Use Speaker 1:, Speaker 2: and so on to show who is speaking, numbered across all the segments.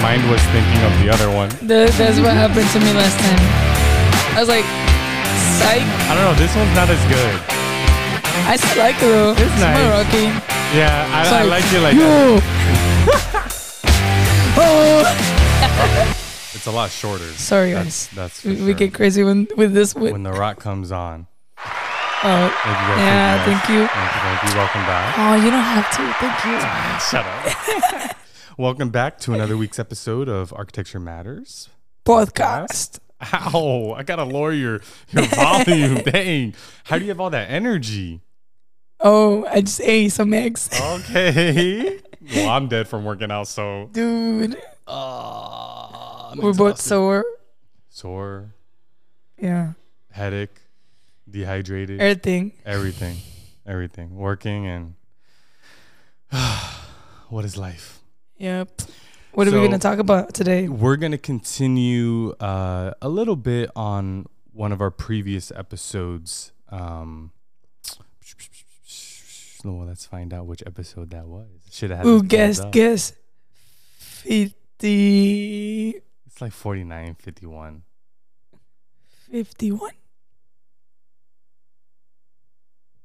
Speaker 1: mind was thinking of the other one.
Speaker 2: Th- that's what happened to me last time. I was like, psych.
Speaker 1: I don't know. This one's not as good.
Speaker 2: I still like it though. It's,
Speaker 1: nice.
Speaker 2: Moroccan.
Speaker 1: Yeah, I, I
Speaker 2: Psych.
Speaker 1: like it like that.
Speaker 2: Yo. oh.
Speaker 1: It's a lot shorter.
Speaker 2: Sorry,
Speaker 1: that's,
Speaker 2: guys.
Speaker 1: that's for
Speaker 2: We,
Speaker 1: sure.
Speaker 2: we get crazy when with this. With,
Speaker 1: when the rock comes on.
Speaker 2: oh.
Speaker 1: Thank you guys.
Speaker 2: Yeah,
Speaker 1: thank you. guys.
Speaker 2: thank
Speaker 1: Thank
Speaker 2: you.
Speaker 1: you. Thank you. Welcome back.
Speaker 2: Oh, you don't have to. Thank you.
Speaker 1: Shut up. Welcome back to another week's episode of Architecture Matters.
Speaker 2: Podcast.
Speaker 1: Ow, I gotta lower your, your volume. Dang. How do you have all that energy?
Speaker 2: Oh, I just ate some eggs.
Speaker 1: Oh. Okay. well, I'm dead from working out, so
Speaker 2: Dude, we're both sore.
Speaker 1: sore,
Speaker 2: Yeah.
Speaker 1: headache, dehydrated,
Speaker 2: Er- Everything.
Speaker 1: everything. Everything. Working and what is life?
Speaker 2: Yep. What are we
Speaker 1: So-
Speaker 2: going to talk about today?
Speaker 1: We're going to continue uh, a little bit on one of our previous episodes. Um, well, let's find out which episode that was. Should have had
Speaker 2: Ooh,
Speaker 1: this pulled
Speaker 2: guess,
Speaker 1: up.
Speaker 2: guess. 50,
Speaker 1: It's like 49, 51.
Speaker 2: 51.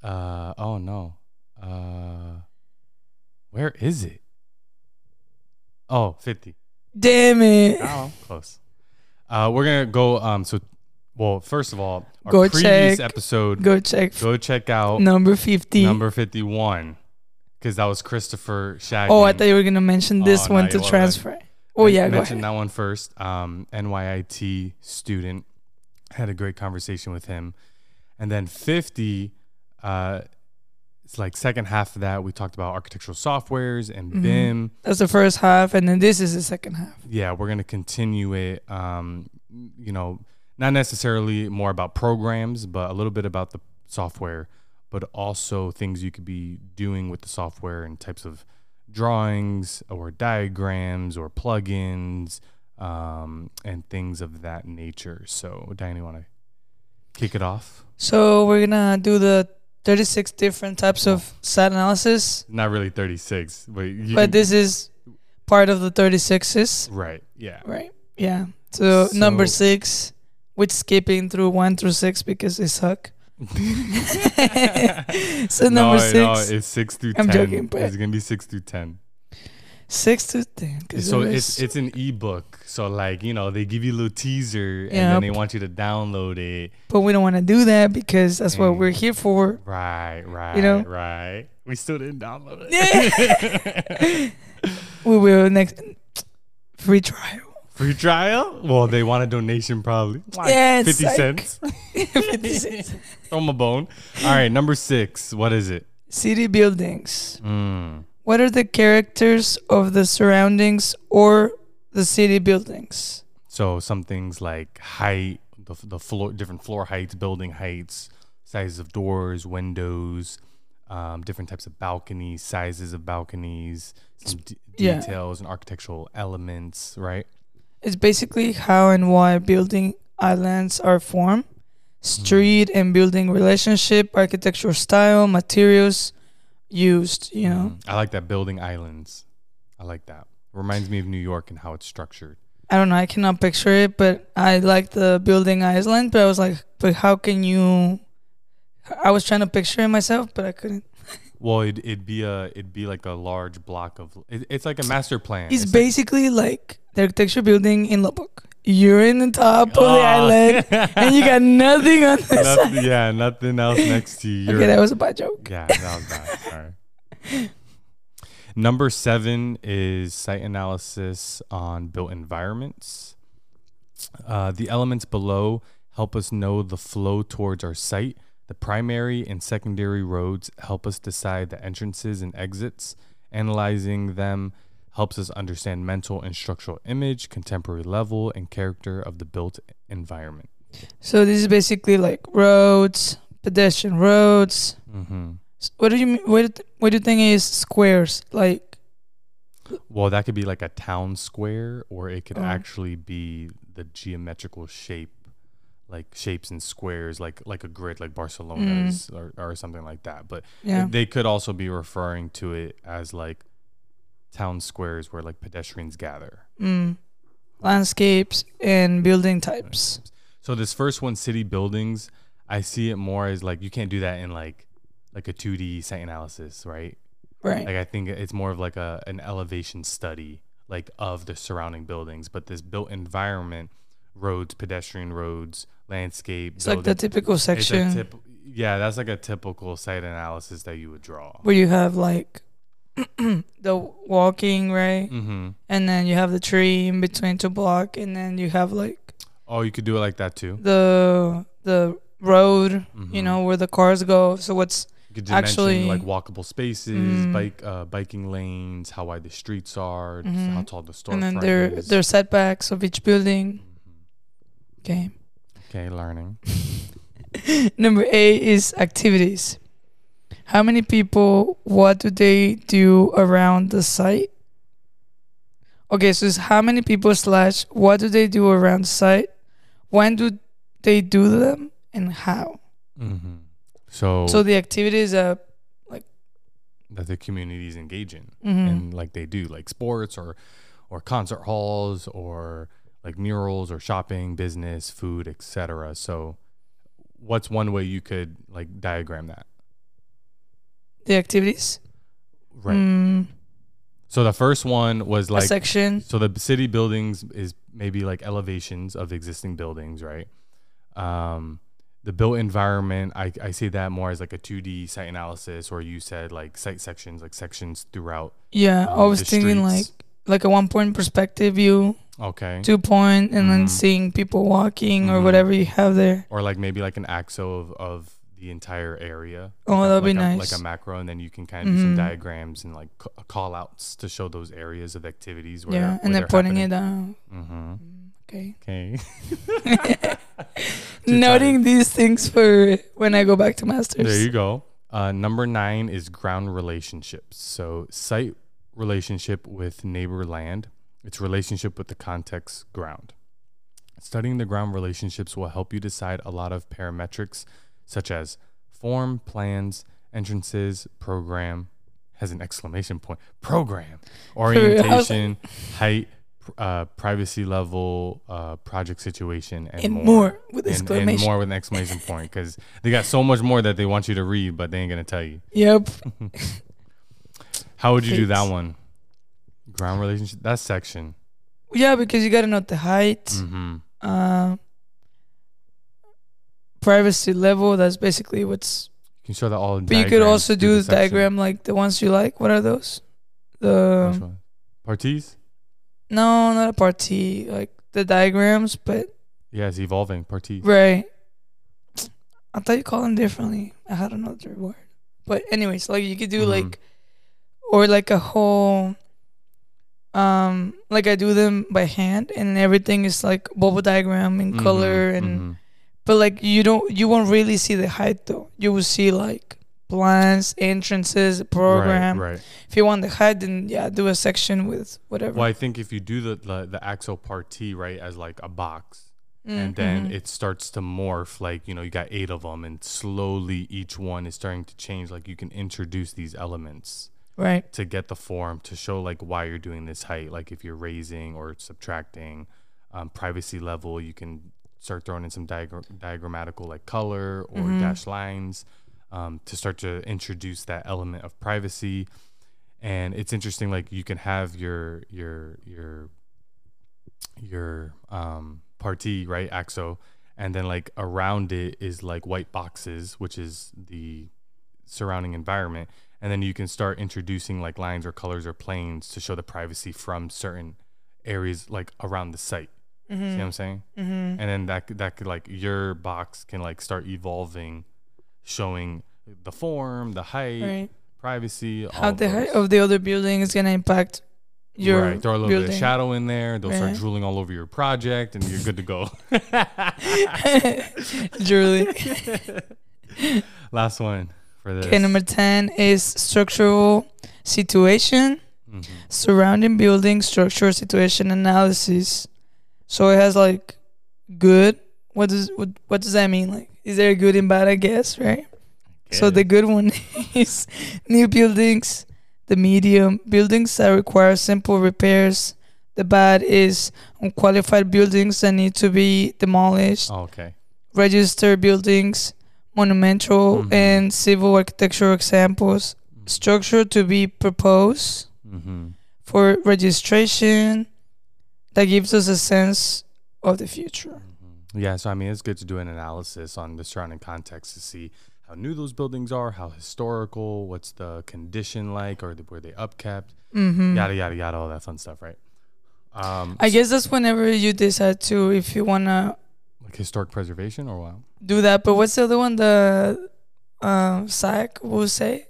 Speaker 1: Uh, oh, no. Uh, where is it? Oh, 50.
Speaker 2: Damn it.
Speaker 1: Oh, close. Uh, we're going to go. Um, so, well, first of all, our
Speaker 2: Go
Speaker 1: previous
Speaker 2: check.
Speaker 1: episode,
Speaker 2: Go check f-
Speaker 1: go check out.
Speaker 2: number 50.
Speaker 1: Oh, Number 51. Because that was Christopher Shaggy.
Speaker 2: oh, I thought you were going to mention this
Speaker 1: Oh,
Speaker 2: one
Speaker 1: no,
Speaker 2: to
Speaker 1: you already-
Speaker 2: transfer. Oh, yeah, go
Speaker 1: Mentioned
Speaker 2: ahead.
Speaker 1: that one first. Um, NYIT student. Had a great conversation with him. And then 50, uh, it's like second half of that, we talked about architectural softwares and
Speaker 2: Mm-hmm.
Speaker 1: BIM.
Speaker 2: That's the first half, and then this is the second half.
Speaker 1: Yeah, we're going to continue it, um, you know, not necessarily more about programs, but a little bit about the software, but also things you could be doing with the software and types of drawings or diagrams or plugins um, and things of that nature. So, Diane, you want to kick it off?
Speaker 2: So we're going to do the 36 different types of site analysis.
Speaker 1: Not really 36, but, you
Speaker 2: but
Speaker 1: can-
Speaker 2: this is part of the 36s
Speaker 1: right, yeah.
Speaker 2: right yeah so,
Speaker 1: So-
Speaker 2: number six which skipping through one through six because they suck so
Speaker 1: no,
Speaker 2: number
Speaker 1: no,
Speaker 2: six
Speaker 1: it's six through
Speaker 2: I'm
Speaker 1: 10.
Speaker 2: joking, but-
Speaker 1: it's going to be six through 10.
Speaker 2: six to ten 'cause
Speaker 1: so
Speaker 2: it
Speaker 1: it's
Speaker 2: was-
Speaker 1: it's an ebook. So like you know they give you a little teaser and
Speaker 2: Yeah.
Speaker 1: then they want you to download it.
Speaker 2: but we don't want to do that because that's what
Speaker 1: Mm.
Speaker 2: we're here for
Speaker 1: Right, right,
Speaker 2: know?
Speaker 1: right. We still didn't download it.
Speaker 2: we will next free trial
Speaker 1: Free trial? Well, they want a donation probably. Like
Speaker 2: Yeah, it's
Speaker 1: fifty
Speaker 2: like-
Speaker 1: cents. Throw 'em a bone. All right, number six. What is it?
Speaker 2: city buildings
Speaker 1: Mm.
Speaker 2: what are the characters of the surroundings or the city buildings
Speaker 1: So some things like height, the, the floor, different floor heights, building heights, sizes of doors, windows, um, different types of balconies, sizes of balconies, some d-
Speaker 2: yeah.
Speaker 1: details and architectural elements, right?
Speaker 2: It's basically how and why building islands are formed, street and building relationship, architectural style, materials used, you know.
Speaker 1: Mm. I like that building islands. I like that. Reminds me of New York and how it's structured.
Speaker 2: I don't know, I cannot picture it, but I like the building island, but I was like, but how can you I was trying to picture it myself, but I couldn't.
Speaker 1: Well, it, it'd be a it'd be like a large block of it, it's like a master plan.
Speaker 2: It's
Speaker 1: It's like-
Speaker 2: basically like the architecture building in Lubbock. You're in the top of the
Speaker 1: Ah.
Speaker 2: island and you got nothing on the side.
Speaker 1: Nothing- yeah, nothing else next to you. You're-
Speaker 2: Okay, that was a bad joke.
Speaker 1: Yeah, that was bad. Sorry. Number seven is site analysis on built environments. Uh, the elements below help us know the flow towards our site. The primary and secondary roads help us decide the entrances and exits. Analyzing them helps us understand mental and structural image, contemporary level, and character of the built environment.
Speaker 2: So this is basically like roads, pedestrian roads.
Speaker 1: hmm
Speaker 2: S- What do you mean? What do- what do you think is squares? Like
Speaker 1: Well, that could be like a town square, or it could
Speaker 2: Oh.
Speaker 1: actually be the geometrical shape, like shapes and squares, like like a grid, like Barcelona's or, or something like that. But
Speaker 2: Mm. yeah,
Speaker 1: they could also be referring to it as like town squares where like pedestrians gather.
Speaker 2: Mm. Landscapes and building types.
Speaker 1: So this first one, city buildings, I see it more as like you can't do that in like like a 2D site analysis, right?
Speaker 2: Right.
Speaker 1: Like I think it's more of like a an elevation study like of the surrounding buildings, but this built environment, roads, pedestrian roads, landscape.
Speaker 2: It's like the
Speaker 1: building-
Speaker 2: typical
Speaker 1: it's a
Speaker 2: section
Speaker 1: typ- yeah, that's like a typical site analysis that you would draw.
Speaker 2: where you have like the walking, right?
Speaker 1: Mm-hmm.
Speaker 2: And then you have the tree in between to block and then you have like
Speaker 1: Oh, you could do it like that too.
Speaker 2: the the road, you
Speaker 1: Mhm.
Speaker 2: know, where the cars go. So what's
Speaker 1: You could dimension
Speaker 2: Actually-
Speaker 1: like walkable spaces,
Speaker 2: Mm.
Speaker 1: bike uh, biking lanes, how wide the streets are, t-
Speaker 2: Mhm.
Speaker 1: how tall the storefront
Speaker 2: and then there
Speaker 1: is.
Speaker 2: there are setbacks of each building. Okay.
Speaker 1: okay, learning.
Speaker 2: Number eight is activities. How many people? What do they do around the site? Okay, so it's how many people slash what do they do around the site? When do they do them and how?
Speaker 1: Mm-hmm. So,
Speaker 2: So the activities are
Speaker 1: that the community is engaging,
Speaker 2: mhm,
Speaker 1: and like they do, like sports or or concert halls or like murals or shopping, business, food, etc. So, what's one way you could like diagram that?
Speaker 2: the activities.
Speaker 1: Right.
Speaker 2: Mm,
Speaker 1: So the first one was like
Speaker 2: a section.
Speaker 1: So the city buildings is maybe like elevations of existing buildings, right? Um, the built environment, I, I see that more as like a 2D site analysis, or you said like site sections, like sections throughout.
Speaker 2: Yeah,
Speaker 1: um,
Speaker 2: I was
Speaker 1: the
Speaker 2: thinking
Speaker 1: streets.
Speaker 2: like like a one point perspective view,
Speaker 1: Okay.
Speaker 2: two point, and then
Speaker 1: Mhm.
Speaker 2: seeing people walking or
Speaker 1: Mhm.
Speaker 2: whatever you have there.
Speaker 1: or like maybe like an axo of, of the entire area.
Speaker 2: Oh,
Speaker 1: Like a-
Speaker 2: that'd be
Speaker 1: like a-
Speaker 2: nice.
Speaker 1: Like a macro, and then you can kind of do some
Speaker 2: Mhm.
Speaker 1: diagrams and like c- call outs to show those areas of activities. Where
Speaker 2: yeah, and then pointing it down.
Speaker 1: Mm-hmm.
Speaker 2: Okay.
Speaker 1: Okay.
Speaker 2: Noting these things for when I go back to masters.
Speaker 1: There you go. Uh, number nine is ground relationships. So site relationship with neighbor land, its relationship with the context ground. Studying the ground relationships will help you decide a lot of parametrics such as form, plans, entrances, program, has an exclamation point, program,
Speaker 2: real? I was like-
Speaker 1: orientation, height, pr- uh, privacy level, uh, project situation, and,
Speaker 2: and more, with
Speaker 1: and,
Speaker 2: exclamation.
Speaker 1: and more with an exclamation point because they got so much more that they want you to read, but they ain't gonna tell you.
Speaker 2: Yep.
Speaker 1: How would you do that
Speaker 2: Thanks.
Speaker 1: one? Ground relationship. That section.
Speaker 2: Yeah, because you gotta note the height,
Speaker 1: Mm-hmm.
Speaker 2: uh, privacy level. That's basically what's.
Speaker 1: You can show that all. in
Speaker 2: But you could
Speaker 1: diagrams
Speaker 2: also
Speaker 1: through
Speaker 2: do the
Speaker 1: section.
Speaker 2: diagram like the ones you like. What are those?
Speaker 1: Which
Speaker 2: The
Speaker 1: one? Parties.
Speaker 2: no, not a party. Like the diagrams, but
Speaker 1: Yeah, it's evolving. Parties.
Speaker 2: right. I thought you call them differently. I had another word, but anyways, like you could do
Speaker 1: Mhm.
Speaker 2: like or like a whole um like I do them by hand and everything is like bubble diagram in
Speaker 1: Mhm,
Speaker 2: color and
Speaker 1: mhm.
Speaker 2: but like you don't you won't really see the height though. You will see like plans, entrances, program.
Speaker 1: Right. right.
Speaker 2: If you want the height then yeah, do a section with whatever.
Speaker 1: Well, I think if you do the the, the axle part T right as like a box,
Speaker 2: Mm,
Speaker 1: and then
Speaker 2: mhm.
Speaker 1: it starts to morph like you know you got eight of them and slowly each one is starting to change like you can introduce these elements
Speaker 2: right.
Speaker 1: to get the form to show like why you're doing this height like if you're raising or subtracting um, privacy level you can start throwing in some diagra- diagrammatical like color or
Speaker 2: Mhm.
Speaker 1: dash lines um, to start to introduce that element of privacy and it's interesting like you can have your your your your um party right axo and then like around it is like white boxes which is the surrounding environment and then you can start introducing like lines or colors or planes to show the privacy from certain areas like around the site
Speaker 2: Mm-hmm.
Speaker 1: see what i'm saying
Speaker 2: hmm
Speaker 1: and then that could- that could like your box can like start evolving showing the form the height
Speaker 2: Right.
Speaker 1: privacy all
Speaker 2: How
Speaker 1: of
Speaker 2: the height
Speaker 1: those.
Speaker 2: of the other building is gonna impact your
Speaker 1: right throw a little bit
Speaker 2: building.
Speaker 1: of shadow in there they'll start
Speaker 2: Right.
Speaker 1: drooling all over your project and you're good to go
Speaker 2: Julie.
Speaker 1: last one for this
Speaker 2: Okay, number 10 is structural situation,
Speaker 1: Mhm.
Speaker 2: surrounding building structure situation analysis. So it has like good. What does what, what does that mean? Like, is there a good and bad? I guess, right? So
Speaker 1: Okay.
Speaker 2: the good one is new buildings, The medium, buildings that require simple repairs. The bad is unqualified buildings that need to be demolished.
Speaker 1: Oh, okay.
Speaker 2: Registered buildings, monumental
Speaker 1: Mhm.
Speaker 2: and civil architectural examples. Structure to be proposed
Speaker 1: Mm-hmm.
Speaker 2: for registration that gives us a sense of the future.
Speaker 1: Yeah, so I mean, it's good to do an analysis on the surrounding context to see how new those buildings are, how historical, what's the condition like, or the, were they upkept,
Speaker 2: hmm
Speaker 1: yada yada yada, all that fun stuff, right? Um,
Speaker 2: I guess that's whenever you decide to if you wanna
Speaker 1: like historic preservation or what?
Speaker 2: do that. But what's the other one? The um, SAC will say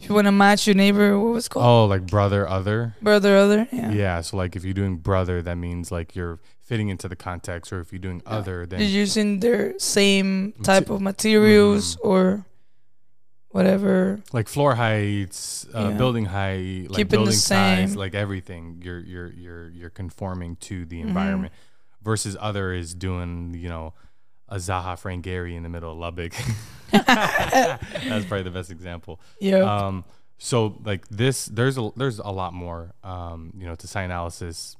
Speaker 2: if you wanna match your neighbor. What was it called
Speaker 1: Oh, like brother, other.
Speaker 2: brother other? Yeah.
Speaker 1: Oh. Yeah. so like if you're doing brother, that means like you're fitting into the context, or if you're doing
Speaker 2: Yeah.
Speaker 1: other, then
Speaker 2: You're using their
Speaker 1: Mate-
Speaker 2: same
Speaker 1: Mm-hmm.
Speaker 2: type of materials or whatever.
Speaker 1: like floor heights, uh,
Speaker 2: Yeah.
Speaker 1: building height, like
Speaker 2: Keeping the
Speaker 1: building size,
Speaker 2: same.
Speaker 1: like everything. You're you're you're you're conforming to
Speaker 2: Mm-hmm.
Speaker 1: the environment. Versus other is doing you know a Zaha Frangari in the middle of Lubbock. That's probably the best example.
Speaker 2: Yeah.
Speaker 1: Um, so like this, there's a there's a lot more um, you know to site analysis,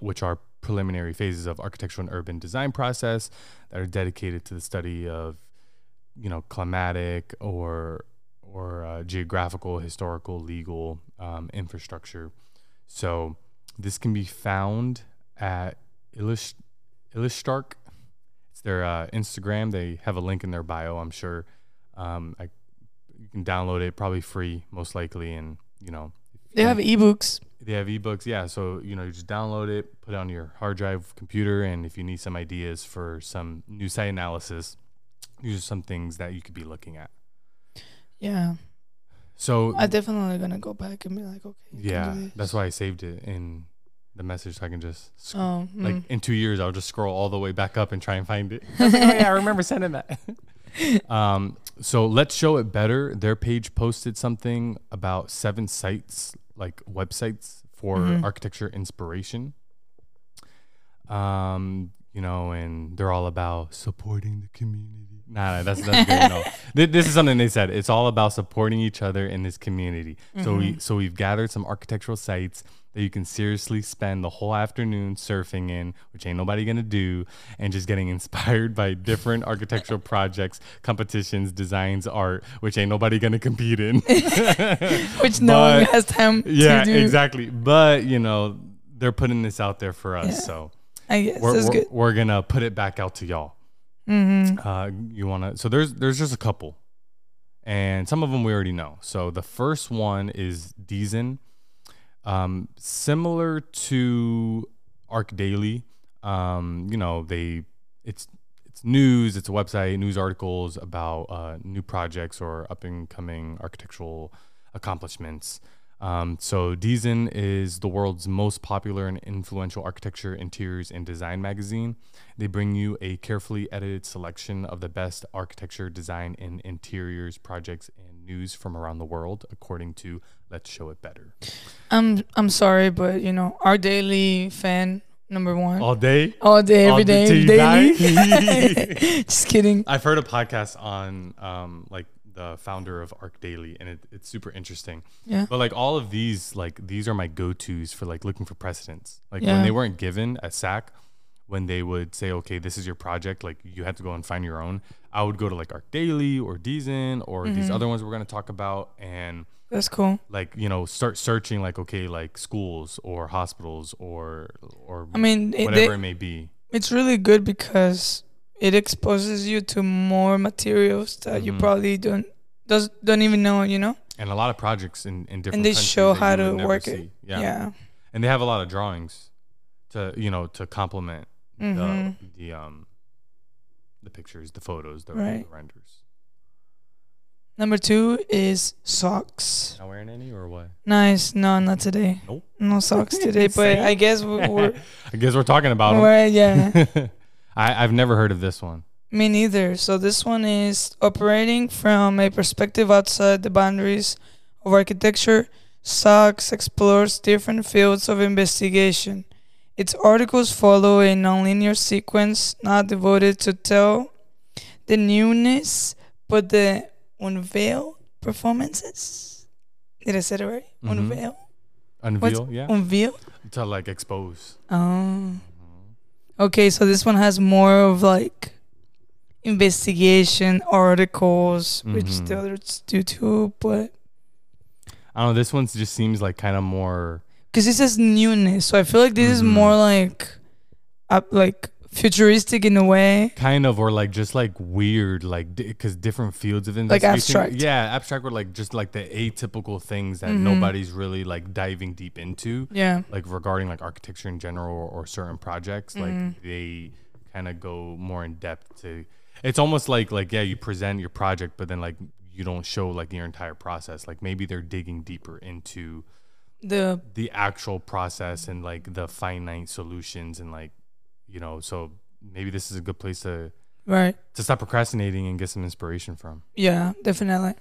Speaker 1: which are preliminary phases of architectural and urban design process that are dedicated to the study of you know climatic or or uh, geographical, historical, legal um, infrastructure. So this can be found at Illish Illishtark. It's their uh, Instagram. They have a link in their bio. I'm sure. Um, I you can download it probably free most likely and you know
Speaker 2: they have ebooks.
Speaker 1: they have ebooks yeah so you know you just download it put it on your hard drive computer and if you need some ideas for some new site analysis these are some things that you could be looking at
Speaker 2: Yeah.
Speaker 1: so
Speaker 2: I definitely gonna go back and be like, okay. you can
Speaker 1: yeah
Speaker 2: do this.
Speaker 1: that's why i saved it in the message so i can just sc-
Speaker 2: Oh,
Speaker 1: like
Speaker 2: mm.
Speaker 1: in two years i'll just scroll all the way back up and try and find it I was like, Mm-hmm. oh yeah i remember sending that um, so let's show it better. Their page posted something about seven sites, like websites for
Speaker 2: Mhm.
Speaker 1: architecture inspiration. Um, you know, and they're all about supporting the community. Nah, nah, that's that's good. No, Th- this is something they said. It's all about supporting each other in this community. So
Speaker 2: Mm-hmm.
Speaker 1: we so we've gathered some architectural sites that you can seriously spend the whole afternoon surfing in, which ain't nobody gonna do, and just getting inspired by different architectural projects, competitions, designs, art, which ain't nobody gonna compete in.
Speaker 2: which no one
Speaker 1: But-
Speaker 2: has time
Speaker 1: yeah,
Speaker 2: to do.
Speaker 1: exactly. But you know, they're putting this out there for us,
Speaker 2: Yeah.
Speaker 1: so
Speaker 2: I guess
Speaker 1: we're,
Speaker 2: that's
Speaker 1: we're,
Speaker 2: good.
Speaker 1: we're gonna put it back out to y'all.
Speaker 2: Mm-hmm.
Speaker 1: Uh, you wanna? So there's there's just a couple, and some of them we already know. So the first one is Deezin, um, similar to Arc Daily. Um, you know, they it's it's news, it's a website, news articles about uh, new projects or up and coming architectural accomplishments. Um, so Deezin is the world's most popular and influential architecture, interiors, and design magazine. They bring you a carefully edited selection of the best architecture, design, and interiors projects and news from around the world, according to Let's Show It Better.
Speaker 2: I'm I'm sorry, but you know our daily fan number one, all,
Speaker 1: All day,
Speaker 2: day,
Speaker 1: all day
Speaker 2: every day,
Speaker 1: till you die.
Speaker 2: daily. Just kidding.
Speaker 1: I've heard a podcast on um, like the founder of Arc Daily, and it, it's super interesting.
Speaker 2: Yeah.
Speaker 1: But like all of these, like these are my go tos for like looking for precedents. Like
Speaker 2: Yeah.
Speaker 1: when they weren't given at SAC, when they would say, "Okay, this is your project," like you have to go and find your own. I would go to like Arc Daily or Deezin or these
Speaker 2: Mm-hmm.
Speaker 1: other ones we're gonna talk about, and
Speaker 2: That's cool.
Speaker 1: like you know start searching like okay, like schools or hospitals or or
Speaker 2: I mean, it,
Speaker 1: whatever
Speaker 2: they,
Speaker 1: it may be.
Speaker 2: it's really good because it exposes you to more materials that you
Speaker 1: Mhm.
Speaker 2: probably don't does don't even know. You know.
Speaker 1: And a lot of projects in, in different
Speaker 2: they
Speaker 1: countries
Speaker 2: show
Speaker 1: that
Speaker 2: how
Speaker 1: you
Speaker 2: to
Speaker 1: would never
Speaker 2: work it.
Speaker 1: see. Uh,
Speaker 2: Yeah.
Speaker 1: and they have a lot of drawings to you know to complement
Speaker 2: Mhm.
Speaker 1: the the um the pictures, the photos, the,
Speaker 2: Right.
Speaker 1: the renders.
Speaker 2: Number two is socks.
Speaker 1: Not wearing any or what?
Speaker 2: Nice. No, not today.
Speaker 1: Nope.
Speaker 2: No socks today. but
Speaker 1: Same.
Speaker 2: I guess we- we're,
Speaker 1: I guess we're talking about them.
Speaker 2: we're yeah.
Speaker 1: I, I've never heard of this one.
Speaker 2: Me neither. So this one is operating from a perspective outside the boundaries of architecture. Sachs explores different fields of investigation. Its articles follow a nonlinear sequence not devoted to tell the newness but the unveiled performances. Did I say it right?
Speaker 1: Mhm.
Speaker 2: Unveil.
Speaker 1: Unveil, yeah.
Speaker 2: Unveil.
Speaker 1: to like expose.
Speaker 2: Oh. Okay, so this one has more of like investigation articles, which the
Speaker 1: Mhm.
Speaker 2: others do too, but
Speaker 1: I don't know. This one just seems like kind of more.
Speaker 2: because this is newness, so I feel like this is
Speaker 1: Mhm.
Speaker 2: more like, up like futuristic in a way.
Speaker 1: kind of or like just like weird like because different fields of investigation
Speaker 2: abstract.
Speaker 1: yeah abstract or like just like the atypical things that
Speaker 2: Mhm.
Speaker 1: nobody's really like diving deep into
Speaker 2: Yeah.
Speaker 1: like regarding like architecture in general or, or certain projects
Speaker 2: Mhm.
Speaker 1: like they kind of go more in depth to it's almost like like yeah you present your project but then like you don't show like your entire process like maybe they're digging deeper into
Speaker 2: The
Speaker 1: the actual process and like the finite solutions and like you know so maybe this is a good place to
Speaker 2: right.
Speaker 1: to stop procrastinating and get some inspiration from.
Speaker 2: Yeah, definitely.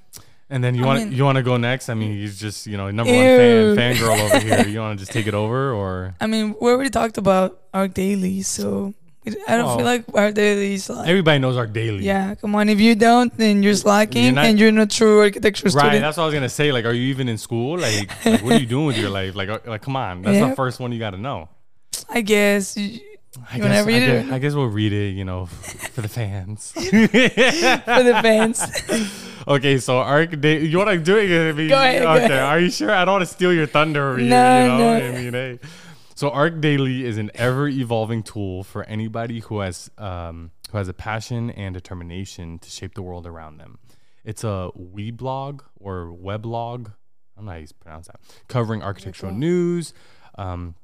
Speaker 1: And then you
Speaker 2: I
Speaker 1: want
Speaker 2: mean-
Speaker 1: you want to go next? I mean, you just you know number
Speaker 2: Ew.
Speaker 1: one fan fangirl over here. You want to just take it over or
Speaker 2: I mean, we already talked about our daily, so it- I don't feel
Speaker 1: Well-
Speaker 2: like our daily is like.
Speaker 1: everybody knows our daily.
Speaker 2: Yeah, come on. If you don't, then you're slacking
Speaker 1: not-
Speaker 2: and you're not true architecture
Speaker 1: Right,
Speaker 2: student.
Speaker 1: that's what I was gonna say. Like, are you even in school? Like, like what are you doing with your life? Like, uh, like, come on, that's
Speaker 2: Yeah.
Speaker 1: the first one you gotta know.
Speaker 2: I guess. You,
Speaker 1: I
Speaker 2: You wanna
Speaker 1: guess, I,
Speaker 2: read it or
Speaker 1: guess, I guess we'll read it, you know, for the fans.
Speaker 2: for the fans.
Speaker 1: okay, so arc day, you want to do it? I mean,
Speaker 2: Go ahead, go
Speaker 1: okay,
Speaker 2: ahead.
Speaker 1: are you sure? I don't want to steal your thunder over here.
Speaker 2: No,
Speaker 1: you know?
Speaker 2: no.
Speaker 1: I mean, hey. So Arc Daily is an ever-evolving tool for anybody who has um, who has a passion and determination to shape the world around them. It's a weblog or weblog. I don't know how you pronounce that. Covering architectural news, um,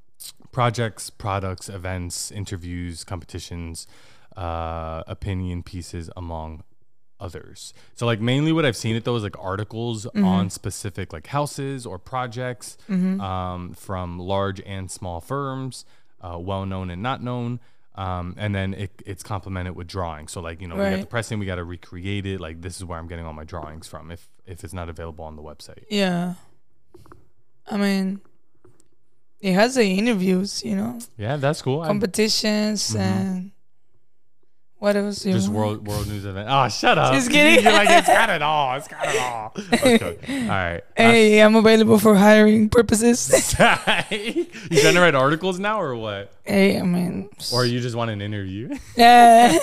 Speaker 1: projects, products, events, interviews, competitions, uh, opinion pieces, among others. So like mainly what I've seen it though is like articles on specific like houses or projects um, from large and small firms, uh, well known and not known. Um, and then it, it's complemented with drawing. So like you know we got the
Speaker 2: Right.
Speaker 1: pressing, we got to recreate it. Like this is where I'm getting all my drawings from. If if it's not available on the website,
Speaker 2: yeah. I mean, it has the interviews, you know,
Speaker 1: yeah, that's cool. I- Mm-hmm.
Speaker 2: competitions and what else? You
Speaker 1: just
Speaker 2: want?
Speaker 1: world world news event. Oh, shut up!
Speaker 2: Just kidding.
Speaker 1: You're like it's got it all. It's got it all. Okay. All right.
Speaker 2: Hey, I'm available for hiring purposes.
Speaker 1: you trying to write articles now or what?
Speaker 2: hey, I mean,
Speaker 1: Or you just want an interview?
Speaker 2: yeah.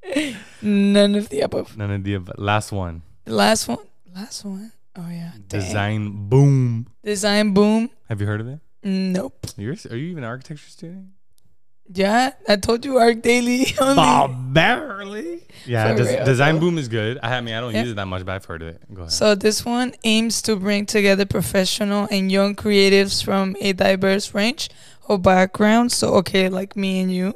Speaker 2: none of the above.
Speaker 1: None of the above. Last one.
Speaker 2: The last one. Last one. Oh yeah. Dang.
Speaker 1: Design boom.
Speaker 2: Design boom.
Speaker 1: Have you heard of it?
Speaker 2: Nope.
Speaker 1: You're, are you even an architecture student?
Speaker 2: Yeah, I told you Arc Daily. Only.
Speaker 1: Oh, Barely. Yeah,
Speaker 2: For
Speaker 1: des-
Speaker 2: real.
Speaker 1: design boom is good. I, I mean, I don't
Speaker 2: Yeah.
Speaker 1: use it that much, but I've heard of it. Go ahead.
Speaker 2: So this one aims to bring together professional and young creatives from a diverse range of backgrounds. So okay, like me and you.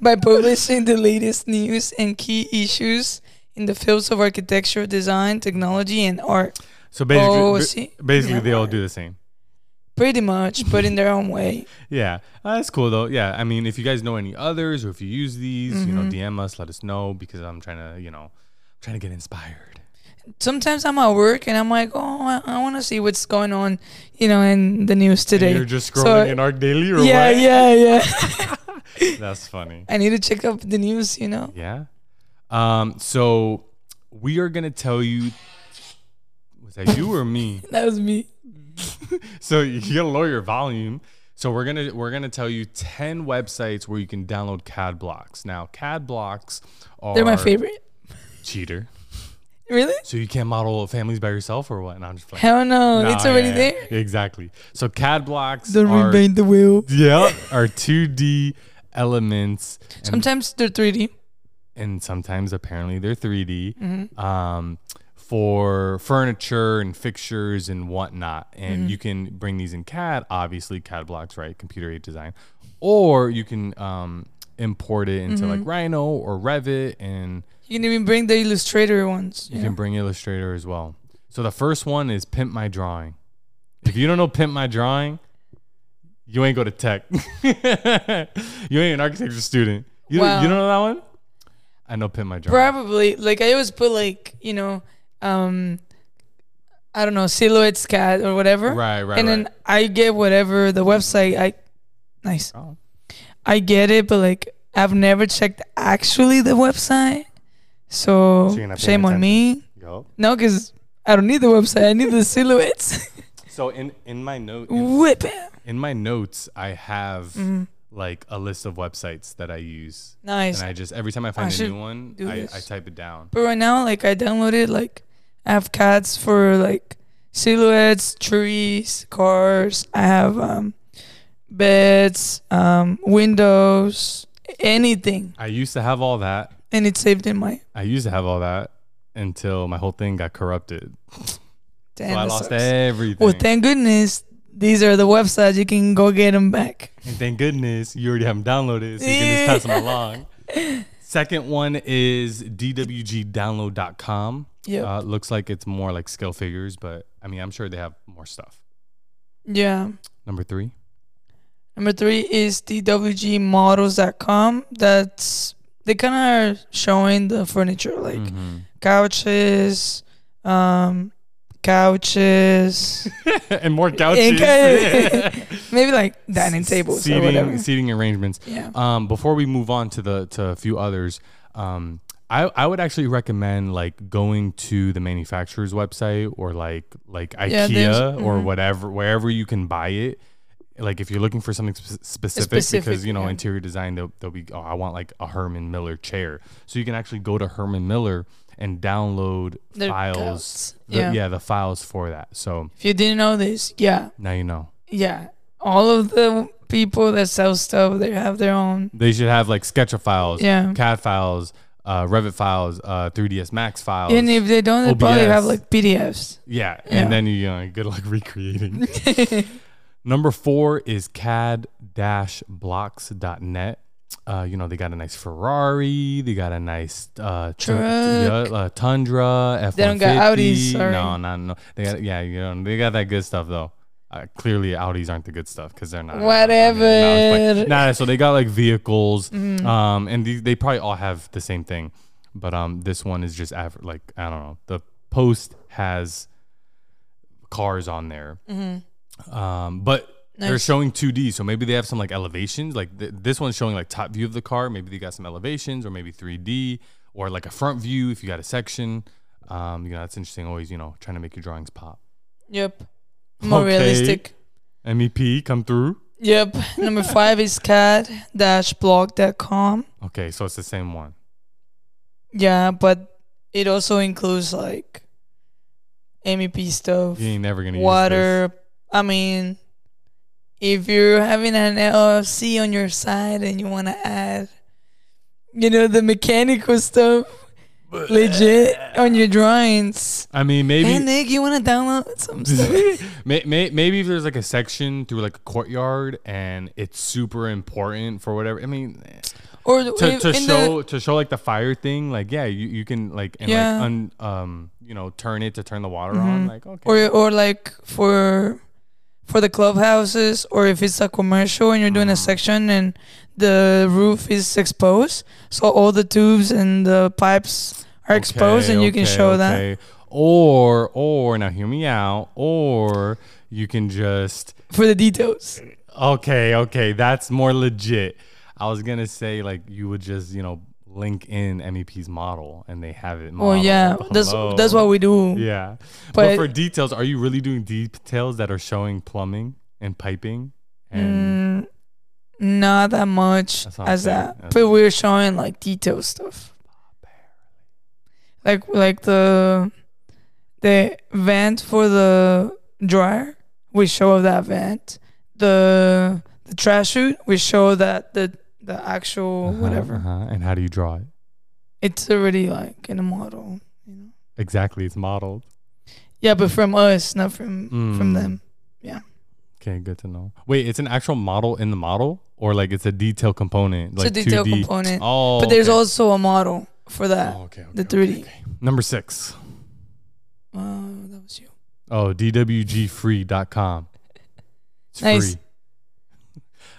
Speaker 2: By publishing the latest news and key issues in the fields of architecture, design, technology, and art.
Speaker 1: So basically,
Speaker 2: Oh,
Speaker 1: ba-
Speaker 2: see?
Speaker 1: basically
Speaker 2: Yeah.
Speaker 1: they all do the same.
Speaker 2: Pretty much, but in their own way.
Speaker 1: Yeah, Uh, that's cool though. Yeah, I mean, if you guys know any others or if you use these, you know,
Speaker 2: Mm-hmm.
Speaker 1: DM us, let us know because I'm trying to, you know, I'm trying to get inspired.
Speaker 2: Sometimes I'm at work and I'm like, oh, I, I want to see what's going on, you know, in the news
Speaker 1: And
Speaker 2: today.
Speaker 1: You're just
Speaker 2: So-
Speaker 1: scrolling in Arc Daily or
Speaker 2: yeah,
Speaker 1: what?
Speaker 2: yeah, yeah.
Speaker 1: That's funny.
Speaker 2: I need to check up the news, you know.
Speaker 1: Yeah. Um. So we are gonna tell you. Was that you or me?
Speaker 2: That was me.
Speaker 1: so you gotta lower your volume. So we're gonna we're gonna tell you ten websites where you can download CAD blocks. Now CAD blocks are
Speaker 2: They're my favorite.
Speaker 1: Cheater.
Speaker 2: Really?
Speaker 1: So you can't model families by yourself or what? And I'm just like,
Speaker 2: Hell no,
Speaker 1: nah,
Speaker 2: it's already
Speaker 1: Ah, yeah, yeah,
Speaker 2: there.
Speaker 1: Exactly. So CAD blocks
Speaker 2: Don't
Speaker 1: are
Speaker 2: reinvent the wheel.
Speaker 1: yeah are two D elements. and
Speaker 2: Sometimes they're 3D.
Speaker 1: and sometimes apparently they're 3D
Speaker 2: Mm-hmm.
Speaker 1: um, for furniture and fixtures and whatnot. And
Speaker 2: Mm-hmm.
Speaker 1: you can bring these in CAD, obviously CAD blocks, right? Computer aided design, or you can um, import it into
Speaker 2: Mm-hmm.
Speaker 1: like Rhino or Revit, and
Speaker 2: You can even bring the Illustrator ones.
Speaker 1: you can bring Illustrator as well. So the first one is Pimp My Drawing. If you don't know Pimp My Drawing, you ain't go to tech. you ain't an architecture student. You,
Speaker 2: Wow.
Speaker 1: you don't know that one? I know Pimp My Drawing.
Speaker 2: Probably. Like, I always put, like, you know, um, I don't know, silhouettes cat or whatever.
Speaker 1: Right, right,
Speaker 2: And then
Speaker 1: right.
Speaker 2: I get whatever the website, I, nice.
Speaker 1: Oh.
Speaker 2: I get it, but, like, I've never checked actually the website.
Speaker 1: So
Speaker 2: So,
Speaker 1: you're not paying
Speaker 2: shame on me.
Speaker 1: Yo.
Speaker 2: No, because I don't need the website. I need the silhouettes.
Speaker 1: So in in my note in,
Speaker 2: Whip it.
Speaker 1: in my notes, I have
Speaker 2: Mm-hmm.
Speaker 1: like a list of websites that I use,
Speaker 2: Nice.
Speaker 1: and I just every time I find a
Speaker 2: should
Speaker 1: new one,
Speaker 2: do
Speaker 1: I,
Speaker 2: this.
Speaker 1: I type it down.
Speaker 2: But right now, like I downloaded like I have cats for like silhouettes, trees, cars. I have um beds, um windows, anything,
Speaker 1: I used to have all that.
Speaker 2: and it's saved in my.
Speaker 1: I used to have all that until my whole thing got corrupted.
Speaker 2: Damn,
Speaker 1: So I
Speaker 2: that
Speaker 1: lost
Speaker 2: sucks.
Speaker 1: everything.
Speaker 2: Well, thank goodness these are the websites you can go get them back.
Speaker 1: And thank goodness you already have them downloaded, so you can just pass them along. Second one is dwgdownload.com.
Speaker 2: Yep.
Speaker 1: Uh, looks like it's more like scale figures, but I mean, I'm sure they have more stuff.
Speaker 2: Yeah.
Speaker 1: Number three,
Speaker 2: Number three is dwgmodels.com. That's they kind of are showing the furniture like
Speaker 1: Mm-hmm.
Speaker 2: couches, um, couches,
Speaker 1: and more
Speaker 2: and
Speaker 1: couches,
Speaker 2: kind of- maybe like dining tables or
Speaker 1: seating,
Speaker 2: whatever.
Speaker 1: seating arrangements.
Speaker 2: Yeah.
Speaker 1: Um, before we move on to the to a few others, um, I I would actually recommend like going to the manufacturer's website or like like
Speaker 2: Yeah, there's- mm-hmm.
Speaker 1: IKEA or whatever wherever you can buy it. Like if you're looking for something sp- specific,
Speaker 2: Specific,
Speaker 1: because you know
Speaker 2: yeah.
Speaker 1: interior design, they'll, they'll be oh, I want like a Herman Miller chair, so you can actually go to Herman Miller and download
Speaker 2: Their
Speaker 1: files.
Speaker 2: codes,
Speaker 1: the-
Speaker 2: yeah.
Speaker 1: yeah, the files for that. So
Speaker 2: If you didn't know this, yeah,
Speaker 1: now you know.
Speaker 2: yeah, all of the people that sell stuff they have their own.
Speaker 1: They should have like Sketcher files,
Speaker 2: Yeah.
Speaker 1: CAD files, uh, Revit files, uh, 3ds Max files.
Speaker 2: And if they don't, they probably have
Speaker 1: OBS.
Speaker 2: like PDFs.
Speaker 1: yeah, and
Speaker 2: Yeah.
Speaker 1: then you know, good luck recreating. Number four is cad-blocks.net. Uh, you know they got a nice Ferrari, they got a nice uh, tu-
Speaker 2: Truck.
Speaker 1: yeah, uh, Tundra, F
Speaker 2: They don't got Audis, sorry.
Speaker 1: No, no, no. They got yeah, you know they got that good stuff though. Uh, clearly, Audis aren't the good stuff because they're not. uh,
Speaker 2: Whatever. Mm-hmm.
Speaker 1: Nah, nah, so they got like vehicles, um, and these, they probably all have the same thing, but um, this one is just aver- like I don't know. The post has cars on there, um, but they're
Speaker 2: Mm-hmm. Nice.
Speaker 1: showing 2D, so maybe they have some like elevations. Like th- this one's showing like top view of the car. Maybe they got some elevations, or maybe 3D, or like a front view if you got a section. Um, you know, that's interesting. Always, you know, trying to make your drawings pop.
Speaker 2: Yep, more
Speaker 1: Okay.
Speaker 2: realistic.
Speaker 1: MEP, E come through.
Speaker 2: Yep. Number five is cad-blog.com.
Speaker 1: Okay, so it's the same one.
Speaker 2: Yeah, but it also includes like MEP stuff,
Speaker 1: You ain't never gonna
Speaker 2: water. I mean, if you're having an LLC on your side and you want to add, you know, the mechanical stuff
Speaker 1: Use this.
Speaker 2: legit on your drawings.
Speaker 1: I mean,
Speaker 2: Hey,
Speaker 1: maybe
Speaker 2: Nick, you want to download some stuff?
Speaker 1: may, may, maybe if there's like a section through like a courtyard and it's super important for whatever. I mean,
Speaker 2: or
Speaker 1: to,
Speaker 2: if-
Speaker 1: to
Speaker 2: in the-
Speaker 1: show to show like the fire thing, like yeah, you, you can like and
Speaker 2: Yeah. Mm-hmm.
Speaker 1: like un, um you know turn it to turn the water on. Like okay,
Speaker 2: or or like for for the clubhouses or if it's a commercial and you're doing
Speaker 1: Mm.
Speaker 2: a section and the roof is exposed so all the tubes and the pipes are exposed
Speaker 1: Okay,
Speaker 2: and you can
Speaker 1: okay,
Speaker 2: show that
Speaker 1: okay. Or or now hear me out. Or you can just
Speaker 2: for the details
Speaker 1: Okay, okay, that's more legit. I was gonna say like you would just you know link in MEP's model and they have it.
Speaker 2: oh yeah that's
Speaker 1: Hello.
Speaker 2: that's what we do
Speaker 1: Yeah, but,
Speaker 2: But-
Speaker 1: for details, are you really doing details that are showing plumbing and piping? And
Speaker 2: Mm, not that much
Speaker 1: That's what I'm
Speaker 2: as
Speaker 1: saying.
Speaker 2: that
Speaker 1: That's-
Speaker 2: but we're showing like detail stuff like like the the vent for the dryer we show that vent the the trash chute we show that the the actual
Speaker 1: Uh-huh,
Speaker 2: whatever
Speaker 1: uh-huh. And how do you draw it?
Speaker 2: it's already like in a model you know
Speaker 1: Exactly, it's modeled.
Speaker 2: yeah but from us not from from
Speaker 1: Mm.
Speaker 2: them
Speaker 1: Okay, good to know. Wait, it's an actual model in the model, or like it's a detail component, like
Speaker 2: it's a detail
Speaker 1: 2D?
Speaker 2: component
Speaker 1: Oh,
Speaker 2: but there's
Speaker 1: okay.
Speaker 2: also a model for that
Speaker 1: Oh, okay, okay,
Speaker 2: the
Speaker 1: okay,
Speaker 2: 3d
Speaker 1: okay. Number six.
Speaker 2: oh that was you
Speaker 1: Oh, dwgfree.com. It's
Speaker 2: Nice.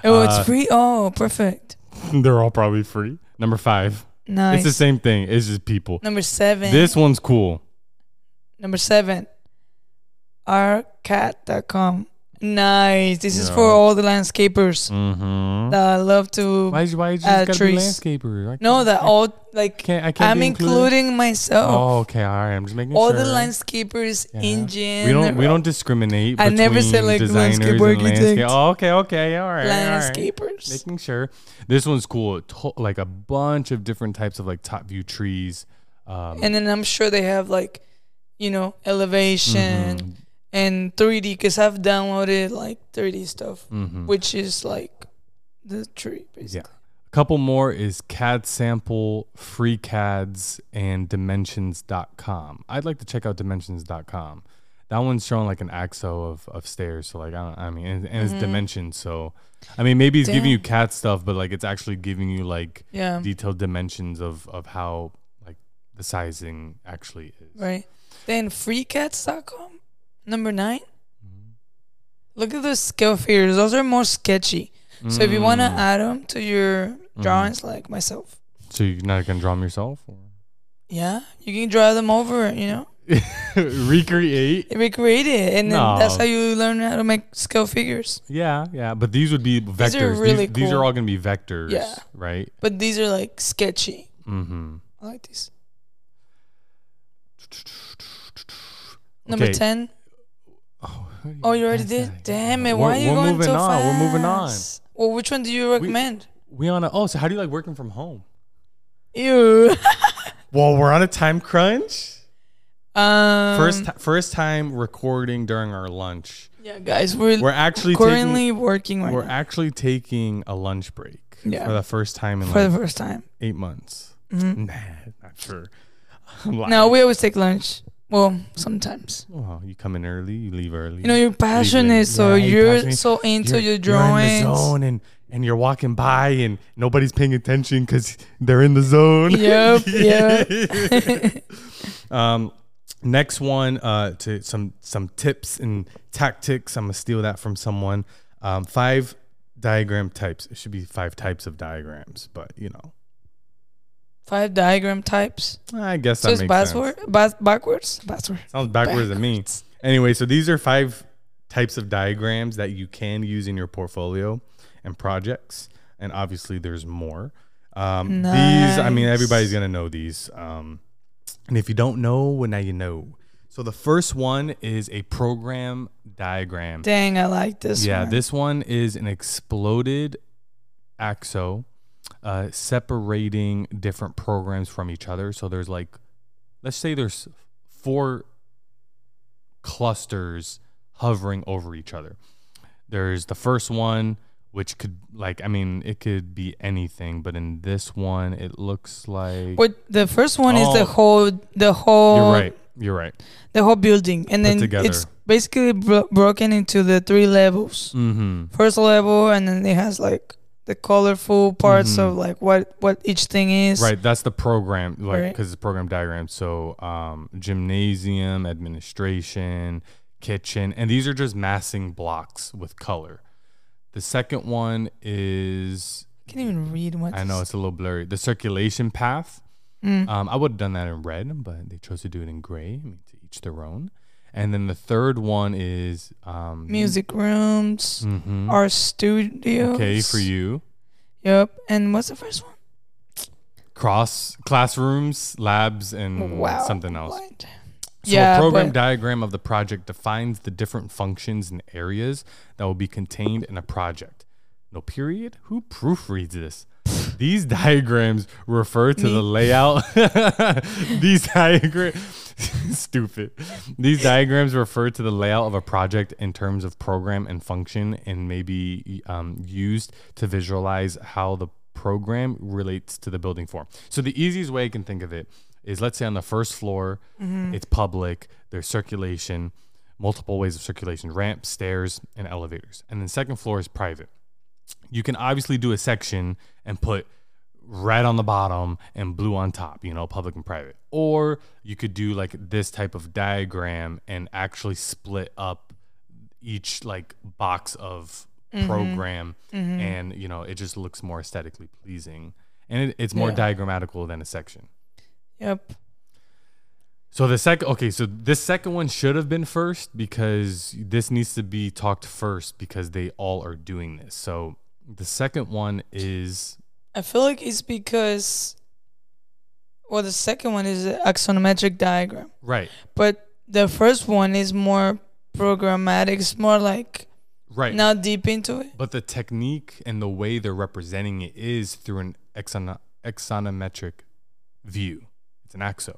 Speaker 2: oh
Speaker 1: Uh,
Speaker 2: it's free oh perfect
Speaker 1: free. They're all probably free. Number five.
Speaker 2: nice
Speaker 1: It's the same thing. It's just people.
Speaker 2: number seven
Speaker 1: This one's cool.
Speaker 2: Number seven, rcat.com. Nice. This is
Speaker 1: Yeah.
Speaker 2: for all the landscapers
Speaker 1: Mm-hmm.
Speaker 2: that love to
Speaker 1: Why is why is you
Speaker 2: uh,
Speaker 1: just gotta
Speaker 2: trees.
Speaker 1: be landscaper? I
Speaker 2: No,
Speaker 1: can't-
Speaker 2: that
Speaker 1: I
Speaker 2: all like
Speaker 1: can't. I can't.
Speaker 2: I'm
Speaker 1: be included?
Speaker 2: including myself.
Speaker 1: Oh, okay. All right. I'm just making
Speaker 2: all
Speaker 1: sure.
Speaker 2: the landscapers
Speaker 1: Yeah.
Speaker 2: in Gen
Speaker 1: We don't. We don't discriminate.
Speaker 2: I never
Speaker 1: between
Speaker 2: said, like,
Speaker 1: designers
Speaker 2: landscape
Speaker 1: and
Speaker 2: architect.
Speaker 1: landscape- Oh, okay. Okay. All right. All right.
Speaker 2: landscapers.
Speaker 1: Making sure. This one's cool. It to- like a bunch of different types of like top view trees. Um,
Speaker 2: And then I'm sure they have like, you know, elevation
Speaker 1: Mm-hmm.
Speaker 2: and 3D because I've downloaded like 3D stuff,
Speaker 1: mhm.
Speaker 2: which is like the tree basically.
Speaker 1: A couple more is CAD sample, free CADs, and dimensions.com. I'd like to check out dimensions.com. That one's showing like an axo of, of stairs. So, like, I don't, I mean, and, and it's
Speaker 2: Mm-hmm.
Speaker 1: dimensions. So, I mean, maybe it's giving you CAD stuff, but like, it's actually giving you like
Speaker 2: Yeah.
Speaker 1: detailed dimensions of, of how like the sizing actually is.
Speaker 2: Right. Then freecats.com, number nine.
Speaker 1: Mm-hmm.
Speaker 2: Look at those scale figures. Those are more sketchy. So if you want to
Speaker 1: Mm. Mm-hmm.
Speaker 2: add them to your drawings, like myself,
Speaker 1: So, you're not going to draw them yourself? Or?
Speaker 2: yeah, you can draw them over, you know,
Speaker 1: Recreate?
Speaker 2: recreate it. And then that's
Speaker 1: No.
Speaker 2: how you learn how to make scale figures.
Speaker 1: Yeah, yeah. But these would be vectors.
Speaker 2: are really
Speaker 1: these, these
Speaker 2: cool.
Speaker 1: are all going to be vectors,
Speaker 2: Yeah.
Speaker 1: right?
Speaker 2: But these are like sketchy.
Speaker 1: Mm hmm.
Speaker 2: I like these. Number
Speaker 1: Okay.
Speaker 2: 10.
Speaker 1: Oh,
Speaker 2: Oh, you already
Speaker 1: that's
Speaker 2: did?
Speaker 1: not-
Speaker 2: Damn it.
Speaker 1: We're-
Speaker 2: Why are you
Speaker 1: we're
Speaker 2: going
Speaker 1: moving
Speaker 2: so
Speaker 1: on.
Speaker 2: fast?
Speaker 1: We're moving on.
Speaker 2: Well, which one do you recommend?
Speaker 1: We on a oh, so how do you like working from home?
Speaker 2: Ew.
Speaker 1: Well, we're on a time crunch.
Speaker 2: um,
Speaker 1: First, ti- first time recording during our lunch.
Speaker 2: Yeah, guys, we're,
Speaker 1: We're actually
Speaker 2: currently working right
Speaker 1: taking, we're
Speaker 2: now
Speaker 1: actually taking a lunch break
Speaker 2: Yeah.
Speaker 1: for the first time in
Speaker 2: for the Mm-hmm.
Speaker 1: like
Speaker 2: first time.
Speaker 1: eight months. Nah, not sure. I'm lying.
Speaker 2: No, we always take lunch. Well, sometimes.
Speaker 1: Well, Oh, you come in early, you leave early.
Speaker 2: You know, you're passionate, so
Speaker 1: Yeah, you're
Speaker 2: you're
Speaker 1: passionate.
Speaker 2: so into
Speaker 1: you're,
Speaker 2: your
Speaker 1: You're in
Speaker 2: drawings.
Speaker 1: the zone and, and you're walking by and nobody's paying attention because they're in the zone.
Speaker 2: Yep, yep.
Speaker 1: um, next one uh, to some some tips and tactics. I'm gonna steal that from someone. Um, five diagram types. It should be five types of diagrams, but you know,
Speaker 2: Five diagram types.
Speaker 1: I guess
Speaker 2: So
Speaker 1: that
Speaker 2: it's
Speaker 1: makes sense.
Speaker 2: backward, ba- backwards, backwards.
Speaker 1: Sounds backwards to me. Anyway, so these are five types of diagrams that you can use in your portfolio and projects, and obviously there's more. Um, These, I mean,
Speaker 2: Nice.
Speaker 1: everybody's gonna know these, um, and if you don't know, well, now you know. So the first one is a program diagram.
Speaker 2: Dang, I like this.
Speaker 1: Yeah,
Speaker 2: one.
Speaker 1: this one is an exploded axo uh, separating different programs from each other. So there's like, let's say there's four clusters hovering over each other. There's the first one, which could like, I mean, it could be anything, but in this one, it looks like.
Speaker 2: What the first one is the
Speaker 1: Oh.
Speaker 2: whole, the whole,
Speaker 1: You're right. You're right.
Speaker 2: the whole building, and then
Speaker 1: together.
Speaker 2: it's basically bro- broken into the three levels.
Speaker 1: Mm-hmm.
Speaker 2: First level, and then it has like the colorful parts
Speaker 1: Mhm.
Speaker 2: of like what what each thing is.
Speaker 1: Right, that's the program, like
Speaker 2: Right.
Speaker 1: because it's program diagram. So, um, gymnasium, administration, kitchen, and these are just massing blocks with color. The second one is
Speaker 2: Can't even read what
Speaker 1: I know it's a little blurry. The circulation path. Um, I would have done that in red, but they chose to do it in gray. I mean, to each their own. And then the third one is um,
Speaker 2: music rooms,
Speaker 1: mhm.
Speaker 2: our studio.
Speaker 1: Okay, for you.
Speaker 2: Yep. And what's the first one?
Speaker 1: Cross classrooms, labs, and Mm, something else.
Speaker 2: blind.
Speaker 1: So
Speaker 2: yeah.
Speaker 1: a program
Speaker 2: but-
Speaker 1: diagram of the project defines the different functions and areas that will be contained in a project. No period? Who proofreads this? These diagrams refer to the layout. These diagrams, stupid. These diagrams refer to the layout of a project in terms of program and function, and may be um, used to visualize how the program relates to the building form. So the easiest way I can think of it is, let's say on the first floor, it's public. There's circulation, multiple ways of circulation: ramps, stairs, and elevators. And then second floor is private you can obviously do a section and put red on the bottom and blue on top, you know, public and private. Or you could do like this type of diagram and actually split up each like box of program and you know, it just looks more aesthetically pleasing. And it, it's more
Speaker 2: Yeah.
Speaker 1: diagrammatical than a section.
Speaker 2: Yep.
Speaker 1: So the second, okay, so this second one should have been first because this needs to be talked first because they all are doing this. So the second one is
Speaker 2: I feel like it's because, well, the second one is an axonometric diagram,
Speaker 1: right,
Speaker 2: but the first one is more programmatic. It's more like
Speaker 1: right.
Speaker 2: not deep into it.
Speaker 1: But the technique and the way they're representing it is through an exon- exonometric view. It's an axo.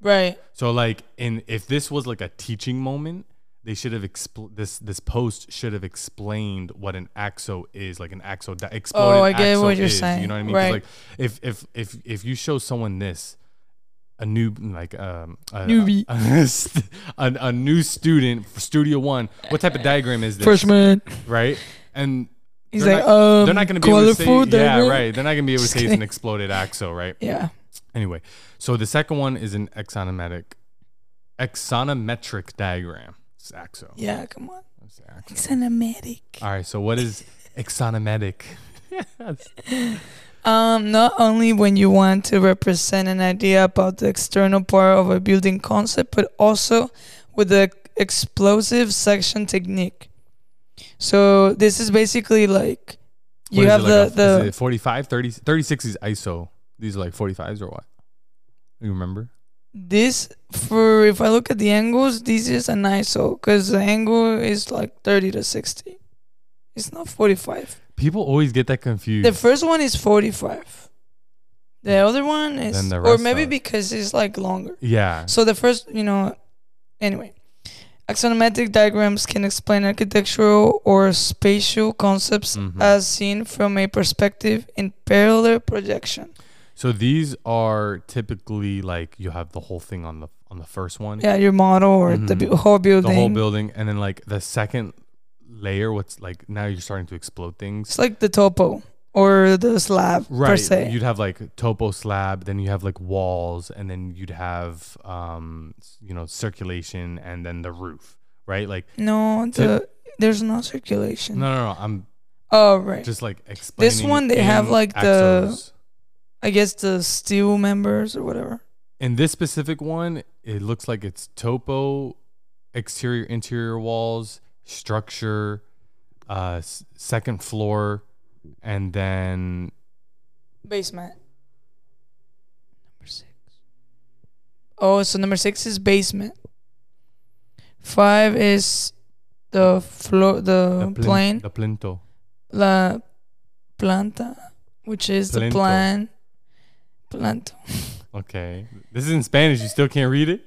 Speaker 2: Right.
Speaker 1: So like in if this was like a teaching moment, they should have expl- this this post should have explained what an axo is, like an axo di- exploded
Speaker 2: Oh, I get
Speaker 1: axo
Speaker 2: what you're
Speaker 1: is,
Speaker 2: saying.
Speaker 1: You know what I mean? 'Cause,
Speaker 2: Right.
Speaker 1: Like if if if if you show someone this a new like um a,
Speaker 2: Newbie.
Speaker 1: a, a, a new student for studio 1, what type of diagram is this?
Speaker 2: Freshman.
Speaker 1: Right? And
Speaker 2: He's
Speaker 1: They're
Speaker 2: like,
Speaker 1: not-
Speaker 2: um,
Speaker 1: they're not going to be able to say,
Speaker 2: colorful
Speaker 1: yeah,
Speaker 2: diagram?
Speaker 1: right. They're not going to be able to
Speaker 2: Just
Speaker 1: say it's an
Speaker 2: kidding.
Speaker 1: exploded axo, right?
Speaker 2: Yeah.
Speaker 1: Anyway, so the second one is an axonometric, axonometric diagram. It's axo.
Speaker 2: Yeah. Come on.
Speaker 1: It's axo.
Speaker 2: Axonometric.
Speaker 1: All right. So what is axonometric?
Speaker 2: Um, not only when you want to represent an idea about the external part of a building concept, but also with the explosive section technique. So this is basically like
Speaker 1: What
Speaker 2: you
Speaker 1: is
Speaker 2: have
Speaker 1: it, like
Speaker 2: the
Speaker 1: a-
Speaker 2: the
Speaker 1: is it 45, 30, 36 is ISO. These are like 45s or what? You remember?
Speaker 2: this for if I look at the angles, this is an ISO because the angle is like thirty to sixty. It's not forty five.
Speaker 1: People always get that confused.
Speaker 2: The first one is forty five. The other one
Speaker 1: Hmm. Then
Speaker 2: is,
Speaker 1: the
Speaker 2: or
Speaker 1: rest
Speaker 2: maybe
Speaker 1: are-
Speaker 2: because it's like longer.
Speaker 1: yeah.
Speaker 2: So the first, you know, anyway, axonometric diagrams can explain architectural or spatial concepts
Speaker 1: Mhm.
Speaker 2: as seen from a perspective in parallel projection.
Speaker 1: So these are typically like you have the whole thing on the on the first one.
Speaker 2: Yeah, your model or the
Speaker 1: Mhm.
Speaker 2: bu- whole building.
Speaker 1: the whole building and then like the second layer what's like now you're starting to explode things
Speaker 2: It's like the topo or the slab per
Speaker 1: right
Speaker 2: se.
Speaker 1: you'd have like topo slab then you have like walls and then you'd have um s- you know circulation and then the roof right like
Speaker 2: no,
Speaker 1: Tip-
Speaker 2: the there's no circulation.
Speaker 1: no no no i'm
Speaker 2: Oh right.
Speaker 1: just like explaining
Speaker 2: Mm. one, they have,
Speaker 1: in
Speaker 2: like, the-
Speaker 1: axos.
Speaker 2: I guess the steel members or whatever.
Speaker 1: in this specific one it looks like it's topo exterior interior walls structure uh s- second floor and then
Speaker 2: Basement. Number six. Oh, so number six is basement. Five is the floor,
Speaker 1: The
Speaker 2: the,
Speaker 1: plin-
Speaker 2: plane,
Speaker 1: The plinto.
Speaker 2: la planta, which is
Speaker 1: Planto.
Speaker 2: the plan. Planto.
Speaker 1: Okay. This is in Spanish. You still can't read it?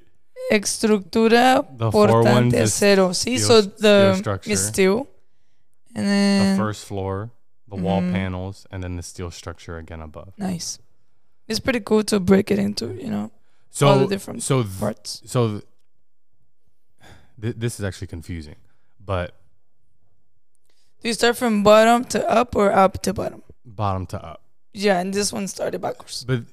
Speaker 2: Estructura
Speaker 1: The four ones
Speaker 2: portante
Speaker 1: is
Speaker 2: acero. See,
Speaker 1: steel
Speaker 2: so
Speaker 1: s-
Speaker 2: the um,
Speaker 1: steel structure.
Speaker 2: it's steel. And
Speaker 1: the
Speaker 2: then
Speaker 1: first floor, the wall
Speaker 2: Mhm.
Speaker 1: panels, and then the steel structure again above.
Speaker 2: nice. It's pretty cool to break it into, you know,
Speaker 1: So
Speaker 2: all Oh, the different
Speaker 1: so th-
Speaker 2: parts.
Speaker 1: so th- th- this is actually confusing, but
Speaker 2: Do you start from bottom to up or up to bottom?
Speaker 1: bottom to up.
Speaker 2: Yeah, and this one started backwards.
Speaker 1: But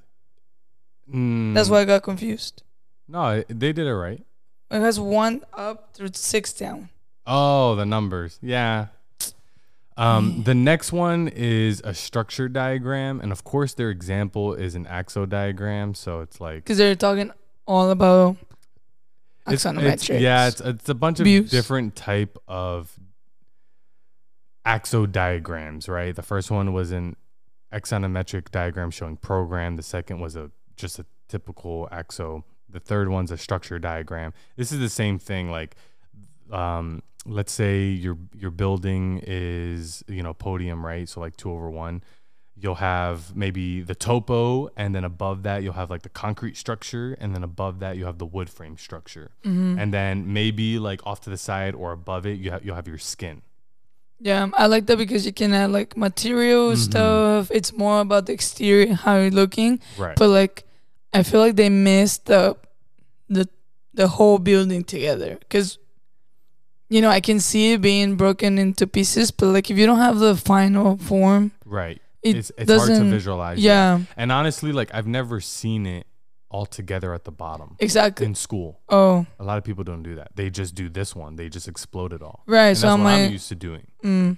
Speaker 1: mm,
Speaker 2: That's why I got confused.
Speaker 1: No, it- they did it right.
Speaker 2: It has one up through six down.
Speaker 1: Oh, the numbers. Yeah. Um, the next one is a structure diagram, and of course, their example is an axo diagram. So it's like
Speaker 2: Because they're talking all about
Speaker 1: It's- It's,
Speaker 2: axonometrics.
Speaker 1: yeah, it's, it's a bunch of
Speaker 2: Views.
Speaker 1: different type of axo diagrams, right? The first one was an axonometric diagram showing program. The second was a just a typical axo. The third one's a structure diagram. This is the same thing. Like, um, let's say your your building is you know podium, right? So like two over one. You'll have maybe the topo, and then above that you'll have like the concrete structure, and then above that you have the wood frame structure,
Speaker 2: Mm-hmm.
Speaker 1: and then maybe like off to the side or above it you have you'll have your skin.
Speaker 2: yeah, um, I like that because you can add like material
Speaker 1: Mm-hmm.
Speaker 2: stuff. It's more about the exterior and how you're looking.
Speaker 1: Right.
Speaker 2: But like, I feel like they missed the the the whole building together because you know I can see it being broken into pieces. But like, if you don't have the final form,
Speaker 1: right.
Speaker 2: it
Speaker 1: it's it's hard
Speaker 2: doesn't.
Speaker 1: to visualize. that.
Speaker 2: yeah,
Speaker 1: And honestly, like I've never seen it all together at the bottom
Speaker 2: exactly.
Speaker 1: in school.
Speaker 2: Oh,
Speaker 1: A lot of people don't do that. They just do this one. They just explode it all.
Speaker 2: right.
Speaker 1: And
Speaker 2: so
Speaker 1: that's
Speaker 2: I'm
Speaker 1: what I'm
Speaker 2: like,
Speaker 1: used to doing.
Speaker 2: mm,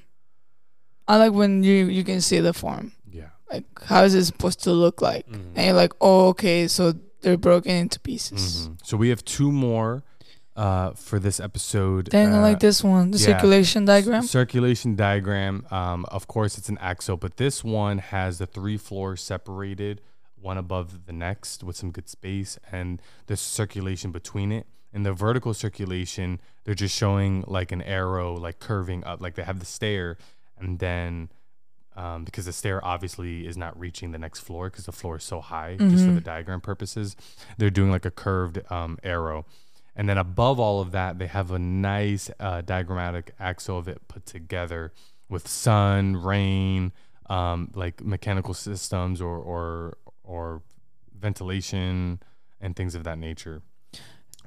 Speaker 2: I like when you you can see the form.
Speaker 1: Yeah. Mm-hmm.
Speaker 2: Like, how is it supposed to look like? And you're like, oh, okay, so they're broken into pieces.
Speaker 1: Mhm. So we have two more uh, for this episode.
Speaker 2: Dang, I
Speaker 1: uh,
Speaker 2: like this one. The
Speaker 1: yeah.
Speaker 2: circulation diagram.
Speaker 1: Circulation diagram. Um, of course, it's an axle, but this one has the three floors separated, one above the next, with some good space, and the circulation between it. In the vertical circulation, they're just showing like an arrow, like curving up, like they have the stair, and then um, because the stair obviously is not reaching the next floor because the floor is so high, just for the diagram purposes, they're doing like a curved um, arrow. And then above all of that, they have a nice uh, diagrammatic axle of it put together with sun, rain, um, like mechanical systems or, or, or ventilation and things of that nature.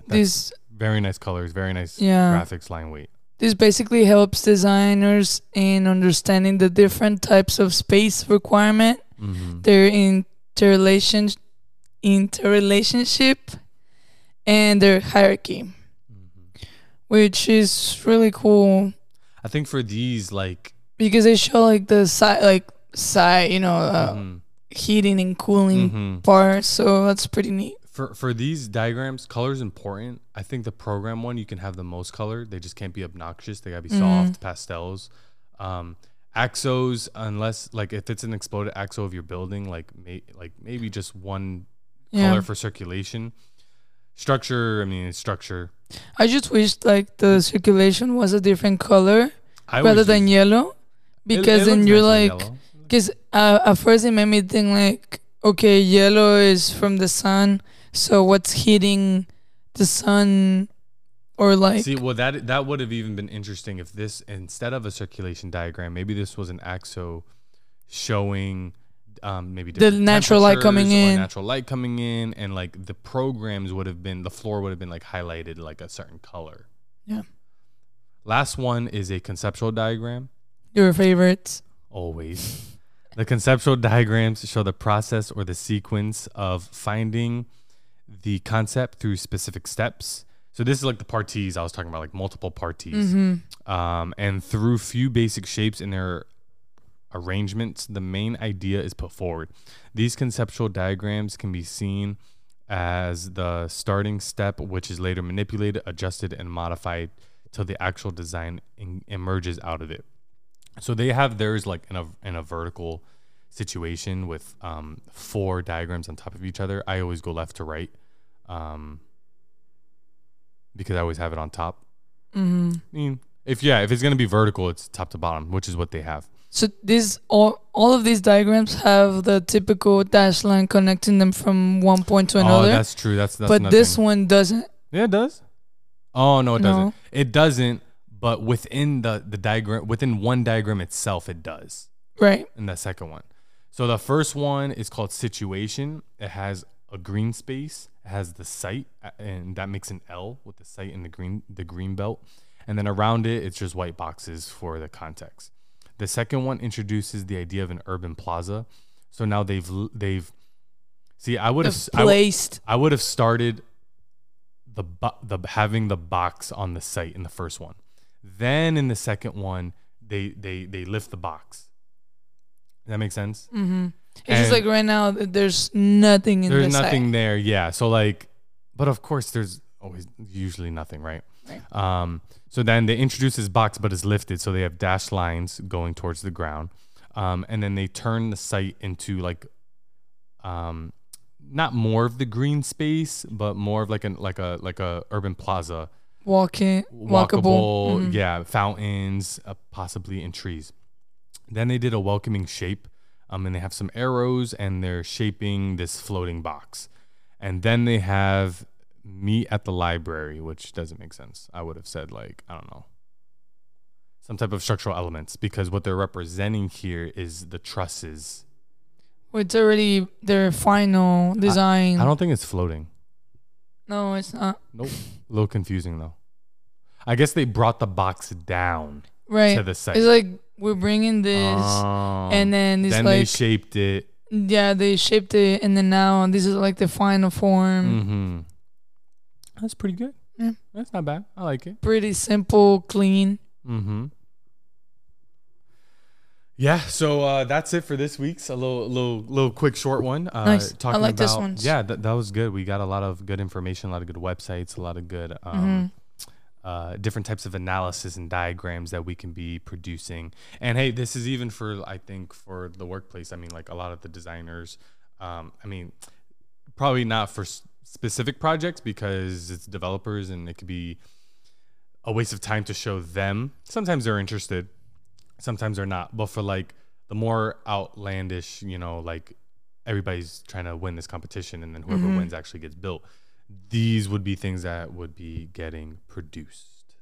Speaker 2: This
Speaker 1: Very nice colors, very nice
Speaker 2: yeah.
Speaker 1: graphics, line weight.
Speaker 2: This basically helps designers in understanding the different types of space requirement,
Speaker 1: hmm
Speaker 2: their interrelation interrelationship and their hierarchy,
Speaker 1: Mm-hmm.
Speaker 2: which is really cool
Speaker 1: I think for these, like,
Speaker 2: because they show like the side like side, you know, uh,
Speaker 1: mhm,
Speaker 2: heating and cooling
Speaker 1: mhm.
Speaker 2: part, so that's pretty neat.
Speaker 1: for for these diagrams, color is important. I think the program one you can have the most color. They just can't be obnoxious. They gotta be
Speaker 2: Mm-hmm.
Speaker 1: soft pastels. Um, axos, unless like if it's an exploded axo of your building, like may, like maybe just one
Speaker 2: Yeah.
Speaker 1: color for circulation. Structure, I mean, it's structure.
Speaker 2: I just wish like the circulation was a different color
Speaker 1: I
Speaker 2: rather
Speaker 1: always
Speaker 2: than
Speaker 1: use-
Speaker 2: yellow,
Speaker 1: it-
Speaker 2: because
Speaker 1: it
Speaker 2: then
Speaker 1: looks
Speaker 2: you're
Speaker 1: nice in
Speaker 2: like,
Speaker 1: yellow.
Speaker 2: because uh, at first it made me think like, okay, yellow is from the sun, so what's hitting the sun, or like,
Speaker 1: See, well, that that would have even been interesting if this instead of a circulation diagram, maybe this was an axo showing um, maybe
Speaker 2: The
Speaker 1: different
Speaker 2: natural light
Speaker 1: temperatures
Speaker 2: coming
Speaker 1: or
Speaker 2: in.
Speaker 1: natural light coming in, and like the programs would have been the floor would have been like highlighted like a certain color.
Speaker 2: Yeah.
Speaker 1: Last one is a conceptual diagram.
Speaker 2: your favorites.
Speaker 1: Always. The conceptual diagrams show the process or the sequence of finding the concept through specific steps. So this is like the parties I was talking about, like multiple parties. Um, and through few basic shapes in their arrangements, the main idea is put forward. These conceptual diagrams can be seen as the starting step, which is later manipulated, adjusted, and modified till the actual design in- emerges out of it. So they have theirs like in a in a vertical situation with um, four diagrams on top of each other. I always go left to right um, because I always have it on top.
Speaker 2: hmm
Speaker 1: I mean, if yeah, if it's gonna be vertical, it's top to bottom, which is what they have.
Speaker 2: So these all all of these diagrams have the typical dash line connecting them from one point to
Speaker 1: oh,
Speaker 2: another,
Speaker 1: that's true. That's that's
Speaker 2: but
Speaker 1: another
Speaker 2: this
Speaker 1: thing.
Speaker 2: one doesn't.
Speaker 1: yeah, it does. Oh no, it
Speaker 2: No.
Speaker 1: doesn't. It doesn't. But within the the diagram, within one diagram itself, it does.
Speaker 2: Right.
Speaker 1: in the second one. So the first one is called situation. It has a green space. It has the site, uh, and that makes an L with the site and the green the green belt. And then around it, it's just white boxes for the context. The second one introduces the idea of an urban plaza. So now they've l- they've see I would have s- I w-
Speaker 2: Placed.
Speaker 1: I would have started the bo- the having the box on the site in the first one. Then in the second one, they they they lift the box. Does that make sense?
Speaker 2: hmm It's just
Speaker 1: And-
Speaker 2: like right now, th- there's nothing in
Speaker 1: There's
Speaker 2: the
Speaker 1: nothing
Speaker 2: site.
Speaker 1: there. Yeah. So like, but of course, there's always usually nothing, right?
Speaker 2: Right.
Speaker 1: Um. So then they introduce this box, but it's lifted, so they have dashed lines going towards the ground, um, and then they turn the site into like, um, not more of the green space, but more of like an like a like a urban plaza
Speaker 2: Walking, walkable. mm-hmm.
Speaker 1: walkable, yeah, fountains, uh, possibly in trees. Then they did a welcoming shape, um, and they have some arrows, and they're shaping this floating box. And then they have meet at the library, which doesn't make sense. I would have said like I don't know, some type of structural elements, because what they're representing here is the trusses.
Speaker 2: Mm, It's already their final design.
Speaker 1: I don't think it's floating.
Speaker 2: no, it's not.
Speaker 1: Nope. A little confusing though. I guess they brought the box down
Speaker 2: Right.
Speaker 1: to the site.
Speaker 2: It's like we're bringing this,
Speaker 1: Oh.
Speaker 2: and then it's
Speaker 1: then they
Speaker 2: like
Speaker 1: shaped it.
Speaker 2: yeah, they shaped it, and then now this is like the final form.
Speaker 1: Mm-hmm. That's pretty good.
Speaker 2: Yeah.
Speaker 1: That's not bad. I like it.
Speaker 2: Pretty simple, clean.
Speaker 1: Mm-hmm. Yeah, so uh, that's it for this week's a little, little, little quick short one. Uh,
Speaker 2: Nice. I
Speaker 1: Talking
Speaker 2: like this
Speaker 1: about-
Speaker 2: one.
Speaker 1: Yeah, that that was good. We got a lot of good information, a lot of good websites, a lot of good um,
Speaker 2: Mm-hmm.
Speaker 1: uh, different types of analysis and diagrams that we can be producing. And hey, this is even for I think for the workplace. I mean, like a lot of the designers. Um, I mean, probably not for s- specific projects because it's developers and it could be a waste of time to show them. Sometimes they're interested, sometimes they're not. But for like the more outlandish, you know, like everybody's trying to win this competition and then whoever wins actually gets built. These would be things that would be getting produced.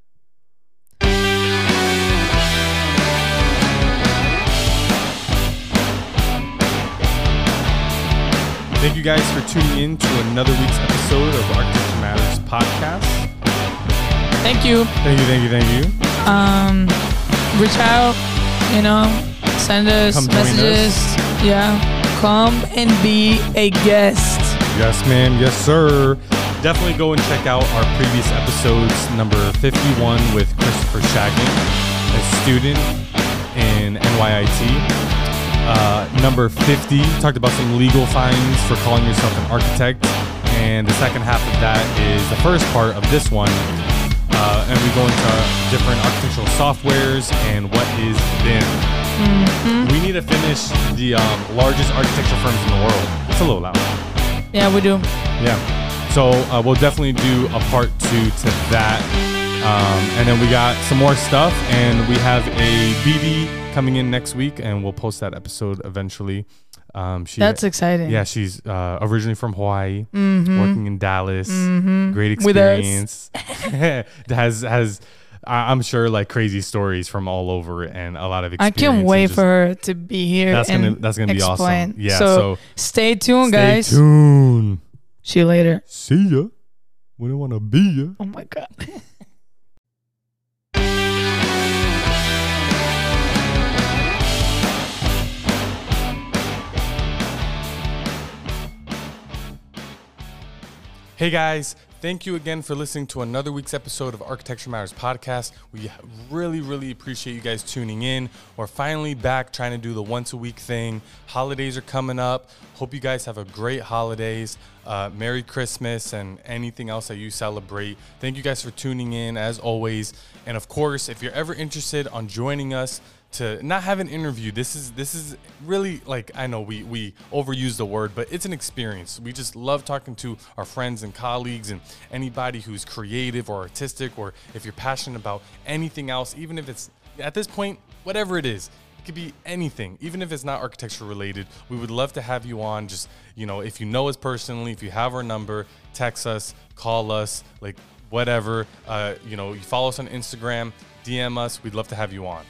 Speaker 1: Thank you guys for tuning in to another week's episode of Architecture Matters podcast.
Speaker 2: Thank you.
Speaker 1: Thank you, thank you, thank you.
Speaker 2: Um, reach out. You know, send us
Speaker 1: Come join us.
Speaker 2: messages. Yeah, come and be a guest.
Speaker 1: Yes, ma'am. Yes, sir. Definitely go and check out our previous episodes, number 51 with Christopher Shagan, a student in NYIT. Uh, number 50, talked about some legal fines for calling yourself an architect. And the second half of that is the first part of this one. Uh, and we go into different architectural softwares and what is BIM. We need to finish the um, largest architecture firms in the world. It's a little loud.
Speaker 2: Yeah, we do.
Speaker 1: Yeah. So uh, we'll definitely do a part two to that. Um, and then we got some more stuff, and we have a BB coming in next week, and we'll post that episode eventually. Um, she,
Speaker 2: That's exciting. Mm-hmm.
Speaker 1: yeah, she's uh, originally from Hawaii, working in Dallas. Great
Speaker 2: With
Speaker 1: experience.
Speaker 2: us.
Speaker 1: has has I- I'm sure like crazy stories from all over and a lot of
Speaker 2: I
Speaker 1: experience.
Speaker 2: can't wait
Speaker 1: for
Speaker 2: for her to be here.
Speaker 1: That's
Speaker 2: and
Speaker 1: gonna- that's gonna be awesome.
Speaker 2: explain.
Speaker 1: Yeah, so
Speaker 2: stay tuned, guys.
Speaker 1: Stay tuned.
Speaker 2: See you later.
Speaker 1: See ya. We don't want to be ya.
Speaker 2: Oh my god.
Speaker 1: Hey guys, thank you again for listening to another week's episode of Architecture Matters podcast. We really, really appreciate you guys tuning in. We're finally back trying to do the once a week thing. Holidays are coming up. Hope you guys have a great holidays. Uh, Merry Christmas and anything else that you celebrate. Thank you guys for tuning in as always. And of course, if you're ever interested on joining us to not have an interview, this is this is really like I know we we overuse the word, but it's an experience. We just love talking to our friends and colleagues and anybody who's creative or artistic or if you're passionate about anything else, even if it's at this point whatever it is. It could be anything, even if it's not architecture related. We would love to have you on. Just you know, if you know us personally, if you have our number, text us, call us, like whatever. Uh, you know, you follow us on Instagram, DM us. We'd love to have you on.